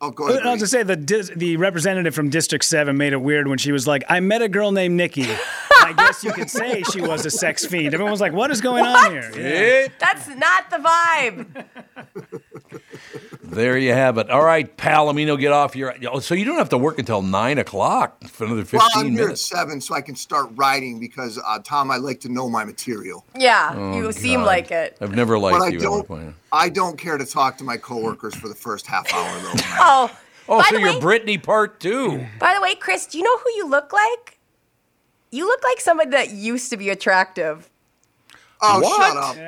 G: Oh, go ahead.
D: I was
G: Brady.
D: just say the dis- the representative from District Seven made it weird when she was like, "I met a girl named Nikki." I guess you could say she was a sex fiend. Everyone was like, "What is going on here?" Yeah.
B: Eh,
C: That's not the vibe.
B: There you have it. All right, Palomino, get off your. oh, So you don't have to work until nine o'clock for another fifteen
G: Well, I'm here at
B: minutes.
G: seven, so I can start writing because, uh, Tom, I like to know my material.
C: Yeah.
B: Oh,
C: you seem
B: God.
C: like it.
B: I've never liked
G: But I
B: you. at one point.
G: don't. I don't care to talk to my coworkers for the first half hour though.
C: Oh,
B: Oh,
C: by
B: so
C: the way,
B: you're Brittany part two.
C: by the way, Chris, do you know who you look like? You look like somebody that used to be attractive.
G: Oh,
B: What?
G: shut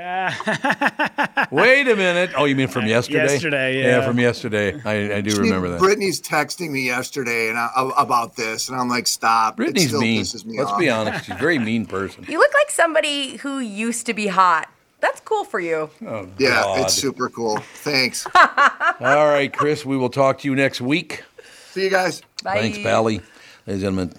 G: up!
B: Wait a minute. Oh, you mean from yesterday?
D: Yesterday,
B: Yeah,
D: yeah.
B: from yesterday. I, I do remember that.
G: Brittany's texting me yesterday and I, about this, and I'm like, stop. it
B: Brittany's
G: still
B: mean.
G: pisses me
B: Let's
G: off.
B: be honest. She's a very mean person.
C: You look like somebody who used to be hot. That's cool for you.
G: Yeah,
B: God.
G: it's super cool. Thanks.
B: All right, Chris. We will talk to you next week.
G: See you guys.
C: Bye.
B: Thanks, Pally. Ladies and gentlemen,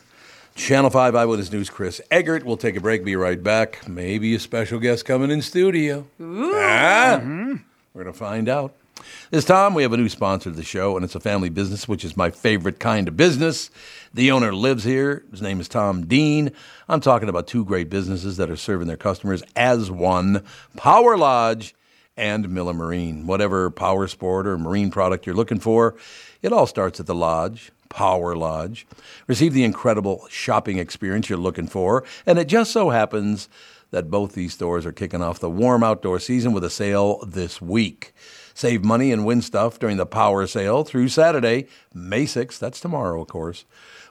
B: Channel 5 Eyewitness News, Chris Eggert. We'll take a break, be right back. Maybe a special guest coming in studio. Ah, We're going to find out. This time, we have a new sponsor to the show, and it's a family business, which is my favorite kind of business. The owner lives here. His name is Tom Dean. I'm talking about two great businesses that are serving their customers as one Power Lodge and Miller Marine. Whatever power sport or marine product you're looking for, it all starts at the lodge, Power Lodge. Receive the incredible shopping experience you're looking for, and it just so happens that both these stores are kicking off the warm outdoor season with a sale this week. Save money and win stuff during the power sale through Saturday, May 6th. That's tomorrow, of course.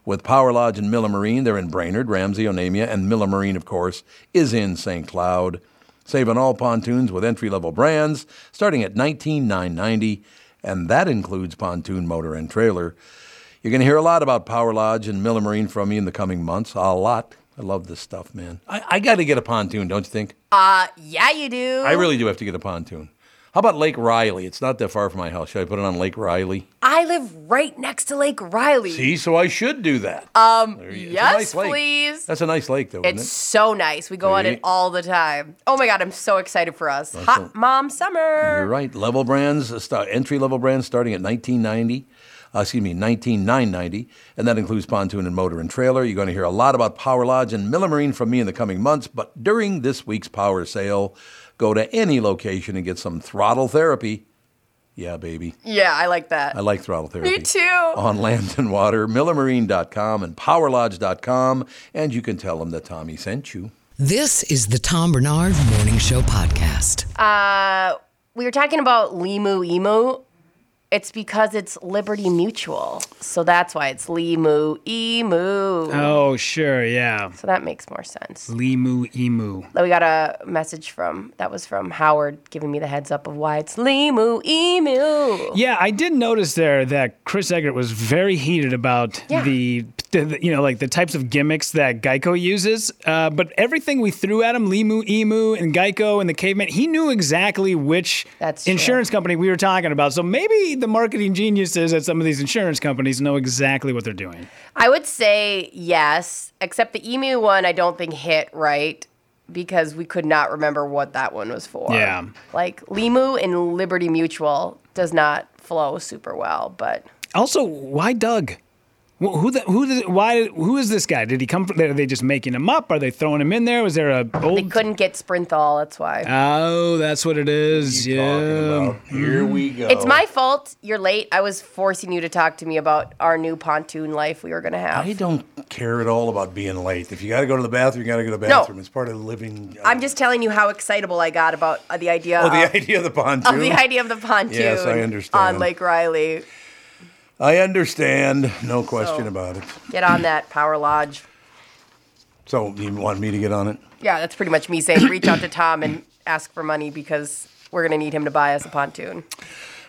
B: With Power Lodge and Miller Marine, they're in Brainerd, Ramsey, Onamia, and Miller Marine, of course, is in St. Cloud. Save on all pontoons with entry level brands starting at $19,990, and that includes pontoon motor and trailer. You're going to hear a lot about Power Lodge and Miller Marine from me in the coming months. A lot. I love this stuff, man. I, I got to get a pontoon, don't you think?
C: Yeah, you do.
B: I really do have to get a pontoon. How about Lake Riley? It's not that far from my house. Should I put it on Lake Riley?
C: I live right next to Lake Riley.
B: See, so I should do that. Um,
C: yes, please.
B: That's a nice lake, though, isn't
C: It's
B: it?
C: so nice. We go on
B: See?
C: it all the time. Oh my god, I'm so excited for us.
B: Awesome.
C: Hot mom summer.
B: You're right. Level brands, uh, sta- entry level brands starting at 1990. Uh, excuse me, 19990, and that includes pontoon and motor and trailer. You're going to hear a lot about Power Lodge and Miller Marine from me in the coming months, but during this week's power sale, go to any location and get some throttle therapy. Yeah, baby.
C: Yeah, I like that.
B: I like throttle therapy.
C: Me too.
B: On land and water, millermarine.com and powerlodge.com, and you can tell them that Tommy sent you.
A: This is the Tom Bernard Morning Show Podcast.
C: We were talking about Limu Emu. It's because it's Liberty Mutual. So that's why it's Limu Emu.
D: Oh sure, yeah.
C: So that makes more sense.
D: Limu emu.
C: Though we got a message from that was from Howard giving me the heads up of why it's Limu Emu.
D: Yeah, I did notice there that Chris Eggert was very heated about
C: Yeah.
D: the the, you know like the types of gimmicks that Geico uses. Uh, but everything we threw at him, Limu, Emu, and Geico and the caveman, he knew exactly which
C: That's true.
D: insurance company we were talking about. So maybe the marketing geniuses at some of these insurance companies know exactly what they're doing.
C: I would say yes, except the emu one I don't think hit right because we could not remember what that one was for.
D: Yeah.
C: Like Limu and Liberty Mutual does not flow super well, but
D: Also, why Doug? Wh- Who the, who the, why who is this guy? Did he come from? Are they just making him up? Are they throwing him in there? Was there a
C: they
D: old?
C: couldn't get Sprinthal, that's why.
D: Oh, that's what it is.
B: Talking
D: Yeah.
B: about- Mm-hmm. Here we go.
C: it's my fault. You're late. I was forcing you to talk to me about our new pontoon life we were going to have.
B: I don't care at all about being late. If you got to go to the bathroom, you got to go to the bathroom. It's part of living.
C: I'm just telling you how excitable I got about uh, the idea
B: Oh, the
C: of,
B: idea of the pontoon.
C: of the idea of the pontoon
B: Yes, I understand.
C: on Lake Riley.
B: I understand. No question about it.
C: Get on that Power Lodge.
B: So you want me to get on it?
C: Yeah, that's pretty much me saying reach out to Tom and ask for money because we're going to need him to buy us a pontoon.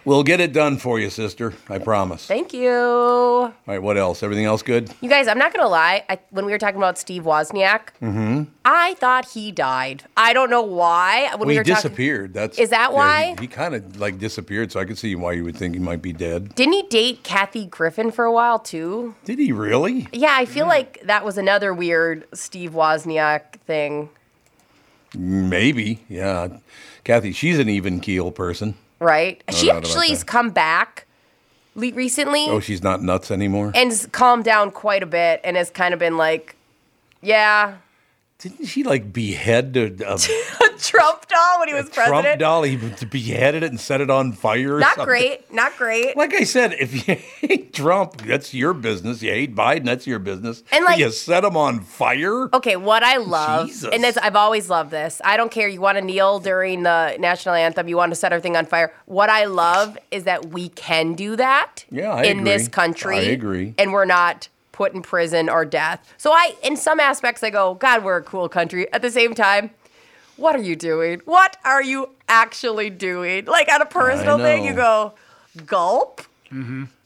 B: We'll get it done for you, sister. I promise.
C: Thank you.
B: All right. What else? Everything else good?
C: You guys, I'm not going to lie. I, when we were talking about Steve Wozniak,
B: Mm-hmm.
C: I thought he died. I don't know why. When
B: Well,
C: we
B: he
C: were Talking,
B: disappeared. That's
C: Is that
B: yeah,
C: why?
B: he, kind of like disappeared? So I could see why you would think he might be dead.
C: didn't he date Kathy Griffin for a while too?
B: Did he really?
C: Yeah, I feel like that was another weird Steve Wozniak thing,
B: Maybe. Yeah. Kathy, she's an even keel person.
C: right? she
B: doubt about
C: actually has
B: that.
C: come back le- recently.
B: Oh, she's not nuts anymore.
C: and s- calmed down quite a bit and has kind of been like, yeah,
B: Didn't she like behead a, a
C: Trump doll when he was
B: Trump
C: president.
B: doll? He beheaded it and set it on fire. Or
C: Not
B: something?
C: great, not great.
B: Like I said, if you hate Trump, that's your business. You hate Biden, that's your business.
C: And,
B: But
C: like- Oh.
B: you set him on fire.
C: Okay, what I love,
B: Jesus.
C: and this, I've always loved this. I don't care. You want to kneel during the national anthem, you want to set everything on fire. What I love is that we can do that
B: Yeah, I
C: in this
B: agree.
C: country.
B: I agree.
C: And we're not put in prison or death. So, I, in some aspects, I go, God, we're a cool country. At the same time, what are you doing? What are you actually doing? Like on a personal thing, you go, gulp.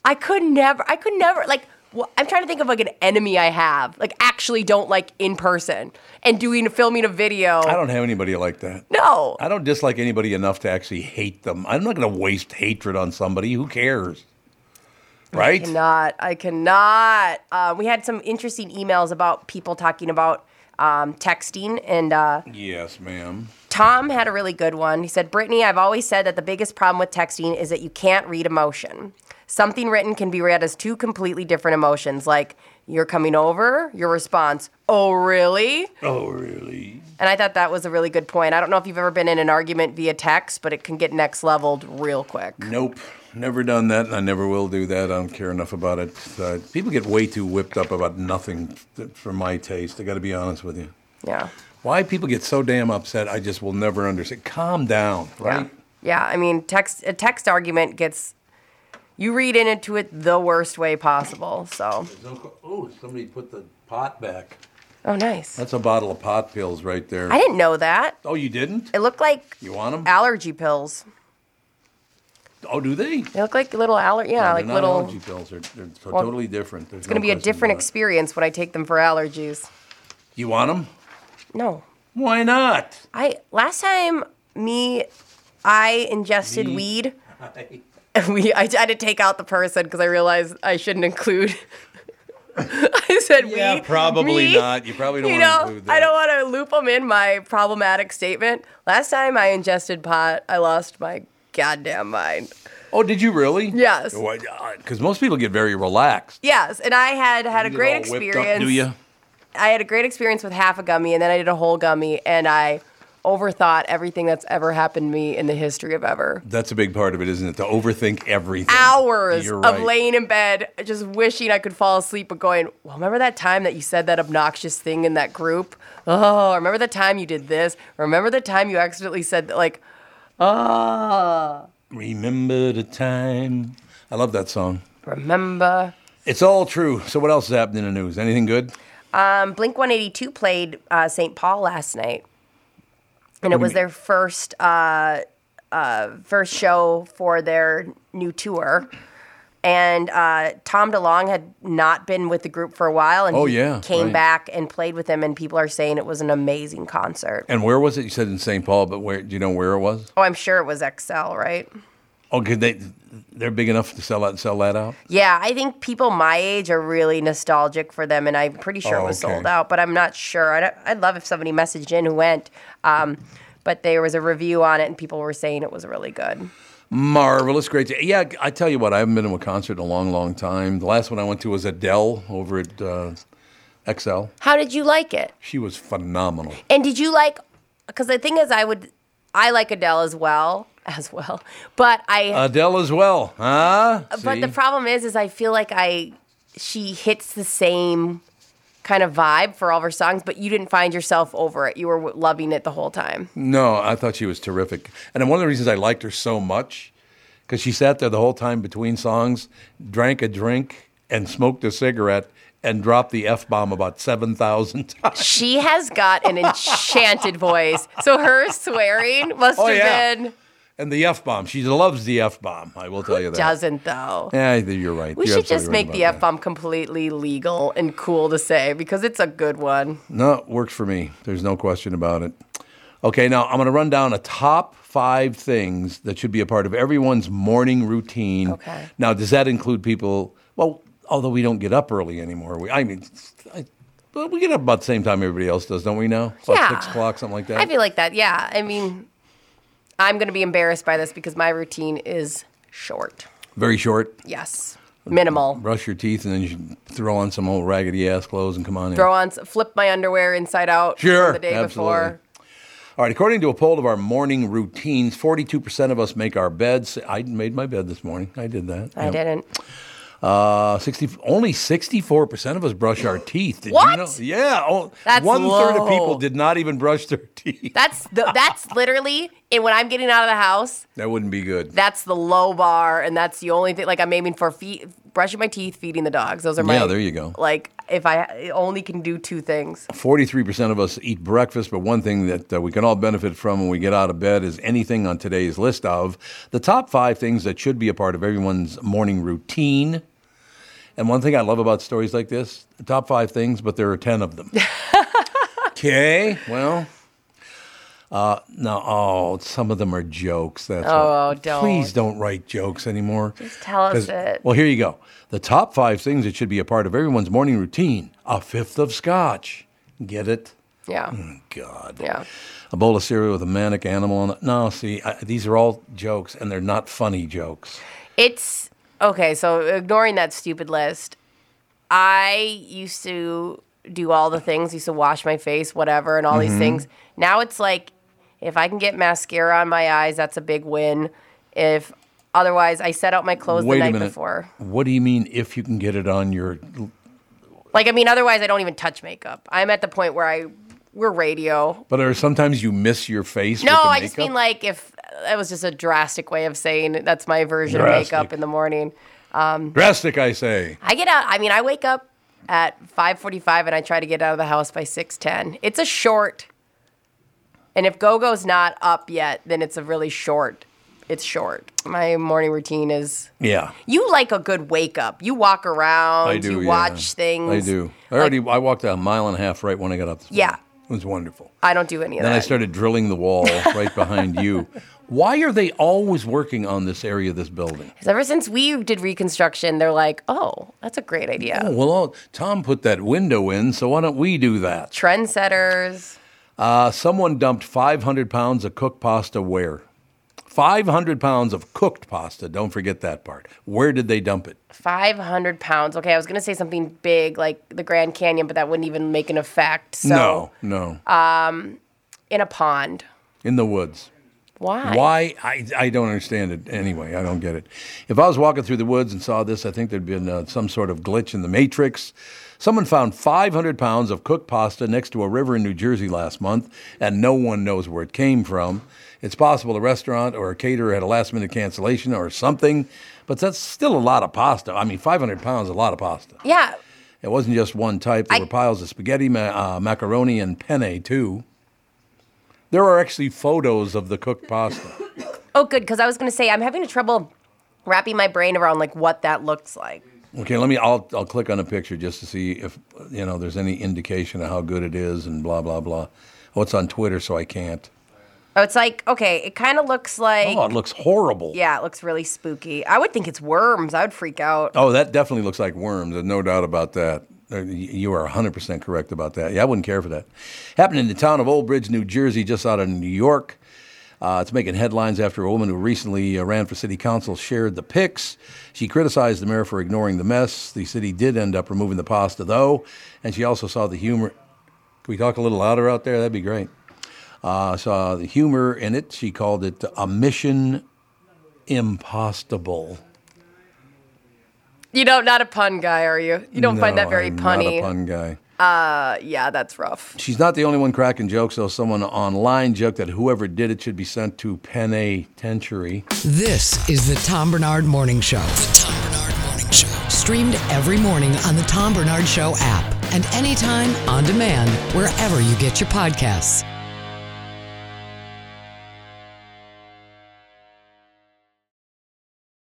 C: I could never, I could never, like, wh- I'm trying to think of like an enemy I have, like actually don't like in person and doing, filming a video.
B: I don't have anybody like that.
C: No.
B: I don't dislike anybody enough to actually hate them. I'm not going to waste hatred on somebody. Who cares? Right?
C: cannot. I cannot. Uh, we had some interesting emails about people talking about um, texting, and uh,
B: Yes, ma'am.
C: Tom had a really good one. He said, Brittany, I've always said that the biggest problem with texting is that you can't read emotion. Something written can be read as two completely different emotions, like you're coming over, your response, oh, really?
B: Oh, really?
C: And I thought that was a really good point. I don't know if you've ever been in an argument via text, but it can get next leveled real quick.
B: Nope. Never done that, and I never will do that. I don't care enough about it. Uh, people get way too whipped up about nothing th- for my taste. I got to be honest with you.
C: Yeah.
B: Why people get so damn upset, I just will never understand. Calm down, right?
C: Yeah, I mean, text a text argument gets you read into it the worst way possible. So,
B: Oh, somebody put the pot back.
C: oh, nice.
B: That's a bottle of pot pills right there.
C: I didn't know that.
B: oh, you didn't?
C: It looked like
B: You want them?
C: allergy pills.
B: Oh, do they?
C: They look like little aller. Yeah,
B: They're
C: like
B: not
C: little.
B: allergy pills. They're, they're so totally different. There's
C: It's gonna be a different experience when I take them for allergies.
B: You want them?
C: No,
B: Why not?
C: I last time me, I ingested
B: Me.
C: weed. We I had to take out the person because I realized I shouldn't include. I said
B: Yeah,
C: we.
B: probably
C: me.
B: not. You probably don't
C: you
B: wanna
C: know,
B: include that.
C: I don't want to loop them in my problematic statement. Last time I ingested pot, I lost my goddamn mind.
B: Oh, did you really? Oh,
C: Yes.
B: Because most people get very relaxed.
C: Yes, and I had had a
B: You get
C: great
B: all whipped
C: experience.
B: Up, do you?
C: I had a great experience with half a gummy, and then I did a whole gummy, and I overthought everything that's ever happened to me in the history of ever.
B: That's a big part of it, isn't it? To overthink everything.
C: hours
B: You're
C: of
B: right.
C: laying in bed just wishing I could fall asleep but going, Well, remember that time that you said that obnoxious thing in that group? Oh, remember the time you did this? Remember the time you accidentally said that like oh
B: Remember the time. I love that song.
C: remember.
B: It's all true. So, what else is happening in the news? Anything good?
C: Um, Blink 182 played uh, St. Paul last night. And it was their first uh, uh, first show for their new tour. And uh, Tom DeLong had not been with the group for a while, and
B: Oh,
C: he
B: yeah,
C: came
B: right.
C: back and played with them. And people are saying it was an amazing concert.
B: And where was it? You said in St. Paul, but where? Do you know where it was?
C: Oh, I'm sure it was XL, right?
B: Oh, could they? They're big enough to sell out. Sell that out.
C: Yeah, I think people my age are really nostalgic for them, and I'm pretty sure
B: Oh,
C: it was
B: okay.
C: sold out, but I'm not sure. I'd, I'd love if somebody messaged in who went, um, but there was a review on it, and people were saying it was really good.
B: Marvelous, great. To, yeah, I tell you what, I haven't been to a concert in a long, long time. The last one I went to was Adele over at uh, XL.
C: How did you like it?
B: She was phenomenal.
C: And did you like? Because the thing is, I would, I like Adele as well, as well, but I
B: Adele as well, huh?
C: Uh, But the
B: Uh, See?
C: problem is, is I feel like I she hits the same kind of vibe for all of her songs, but you didn't find yourself over it. You were w- loving it the whole time.
B: No, I thought she was terrific. And one of the reasons I liked her so much, because she sat there the whole time between songs, drank a drink, and smoked a cigarette, and dropped the F bomb about 7,000 times.
C: She has got an enchanted voice, so her swearing must
B: Oh,
C: have
B: yeah.
C: been
B: And the F bomb. She loves the F bomb, I will tell you that.
C: doesn't though.
B: Yeah, I think you're right.
C: We
B: You're
C: should just
B: absolutely
C: make
B: right
C: the
B: about
C: F bomb completely legal and cool to say because it's a good one.
B: that. No, it works for me. There's no question about it. Okay, now I'm going to run down a top five things that should be a part of everyone's morning routine.
C: Okay.
B: Now, does that include people? Well, although we don't get up early anymore, we, I mean, I, well, we get up about the same time everybody else does, don't we now? About
C: Yeah.
B: six o'clock, something like that.
C: I feel like that. Yeah. I mean, I'm going to be embarrassed by this because my routine is short.
B: Very short.
C: Yes. Minimal.
B: Brush your teeth and then you throw on some old raggedy ass clothes and come on in.
C: throw on flip my underwear inside out from
B: Sure,
C: the day
B: absolutely.
C: before
B: All right, according to a poll of our morning routines, 42% of us make our beds. I made my bed this morning. I did that.
C: i
B: Yeah.
C: didn't
B: Uh, 60, only 64% of us brush our teeth. Did
C: What?
B: You know? Yeah. Oh,
C: That's
B: one third of people
C: low.
B: did not even brush their teeth.
C: that's the, that's literally and when i'm getting out of the house
B: That wouldn't be good.
C: that's the low bar and that's the only thing like i'm aiming for feet brushing my teeth feeding the dogs those are my
B: Yeah, there you go.
C: like if i I only can do two things
B: 43% of us eat breakfast, but one thing that uh, we can all benefit from when we get out of bed is anything on today's list of the top five things that should be a part of everyone's morning routine. And one thing I love about stories like this the top five things, but there are 10 of them. okay, well. Uh, no, oh, some of them are jokes. That's
C: Oh,
B: what-
C: don't.
B: Please don't write jokes anymore. Just
C: tell us it.
B: Well, here you go. The top five things that should be a part of everyone's morning routine a fifth of scotch. Get it?
C: yeah
B: Mm, God.
C: yeah
B: A bowl of cereal with a manic animal on it. No, see, I, these are all jokes, and they're not funny jokes.
C: It's okay. So ignoring that stupid list, I used to do all the things. Used to wash my face, whatever, and all
B: Mm-hmm.
C: these things. Now it's like, if I can get mascara on my eyes, that's a big win. If otherwise, I set out my clothes
B: Wait
C: the
B: a
C: night
B: minute.
C: before.
B: What do you mean if you can get it on your?
C: Like I mean, otherwise I don't even touch makeup. I'm at the point where I we're radio.
B: But are sometimes you miss your face?
C: No,
B: with the
C: I just
B: makeup?
C: mean like if that was just a drastic way of saying that's my version
B: Drastic.
C: of makeup in the morning.
B: drastic. I say.
C: I get out. I mean, I wake up at 5:45 and I try to get out of the house by 6:10. It's a short. And if GoGo's not up yet, then it's a really short. It's short. My morning routine is
B: Yeah,
C: you like a good wake up. You walk around,
B: I do.
C: you
B: yeah.
C: watch things.
B: I do. I
C: Like,
B: already. I walked a mile and a half right when I got up. This morning.
C: Yeah.
B: it was wonderful.
C: I don't do any of
B: Then
C: that.
B: I started drilling the wall right behind you. Why are they always working on this area of this building?
C: 'Cause ever since we did reconstruction, they're like, "Oh, that's a great idea."
B: Oh, well, oh, Tom put that window in, so why don't we do that?
C: Trendsetters.
B: Uh, someone dumped 500 pounds of cooked pasta where? 500 pounds of cooked pasta. Don't forget that part. Where did they dump it?
C: 500 pounds. Okay, I was going to say something big like the Grand Canyon, but that wouldn't even make an effect. So uh,
B: no, no.
C: in a pond.
B: in the woods.
C: Why?
B: Why? I, I don't understand it anyway. I don't get it. If I was walking through the woods and saw this, I think there'd been uh, some sort of glitch in the matrix. Someone found 500 pounds of cooked pasta next to a river in New Jersey last month, and no one knows where it came from. It's possible a restaurant or a caterer had a last minute cancellation or something, but that's still a lot of pasta. I mean, 500 pounds is a lot of pasta.
C: Yeah.
B: It wasn't just one type. There
C: I-
B: were piles of spaghetti, ma- uh, macaroni, and penne, too. There are actually photos of the cooked pasta.
C: Oh, good. Because I was going to say, I'm having trouble wrapping my brain around like what that looks like.
B: Okay, let me. I'll I'll click on a picture just to see if you know there's any indication of how good it is and blah blah blah. Oh, it's on Twitter, so I can't.
C: Oh, it's like okay, it kind of looks like
B: Oh, it looks horrible.
C: yeah, it looks really spooky. I would think it's worms. I would freak out.
B: Oh, that definitely looks like worms. There's no doubt about that. Uh, y- You are 100% correct about that. Yeah, I wouldn't care for that. Happened in the town of Old Bridge, New Jersey, just out of New York. Uh, it's making headlines after a woman who recently uh, ran for city council shared the pics. She criticized the mayor for ignoring the mess. The city did end up removing the pasta, though, and she also saw the humor. Can we talk a little louder out there? That'd be great. Uh, saw the humor in it. She called it a mission impossible.
C: You know, not a pun guy, are you? You don't find
B: No,
C: that very
B: I'm Not
C: punny.
B: a pun guy.
C: Uh, yeah, that's rough.
B: She's not the only one cracking jokes, though. Someone online joked that whoever did it should be sent to penitentiary.
A: This is the Tom Bernard Morning Show. The Tom Bernard Morning Show. Streamed every morning on the Tom Bernard Show app and anytime on demand wherever you get your podcasts.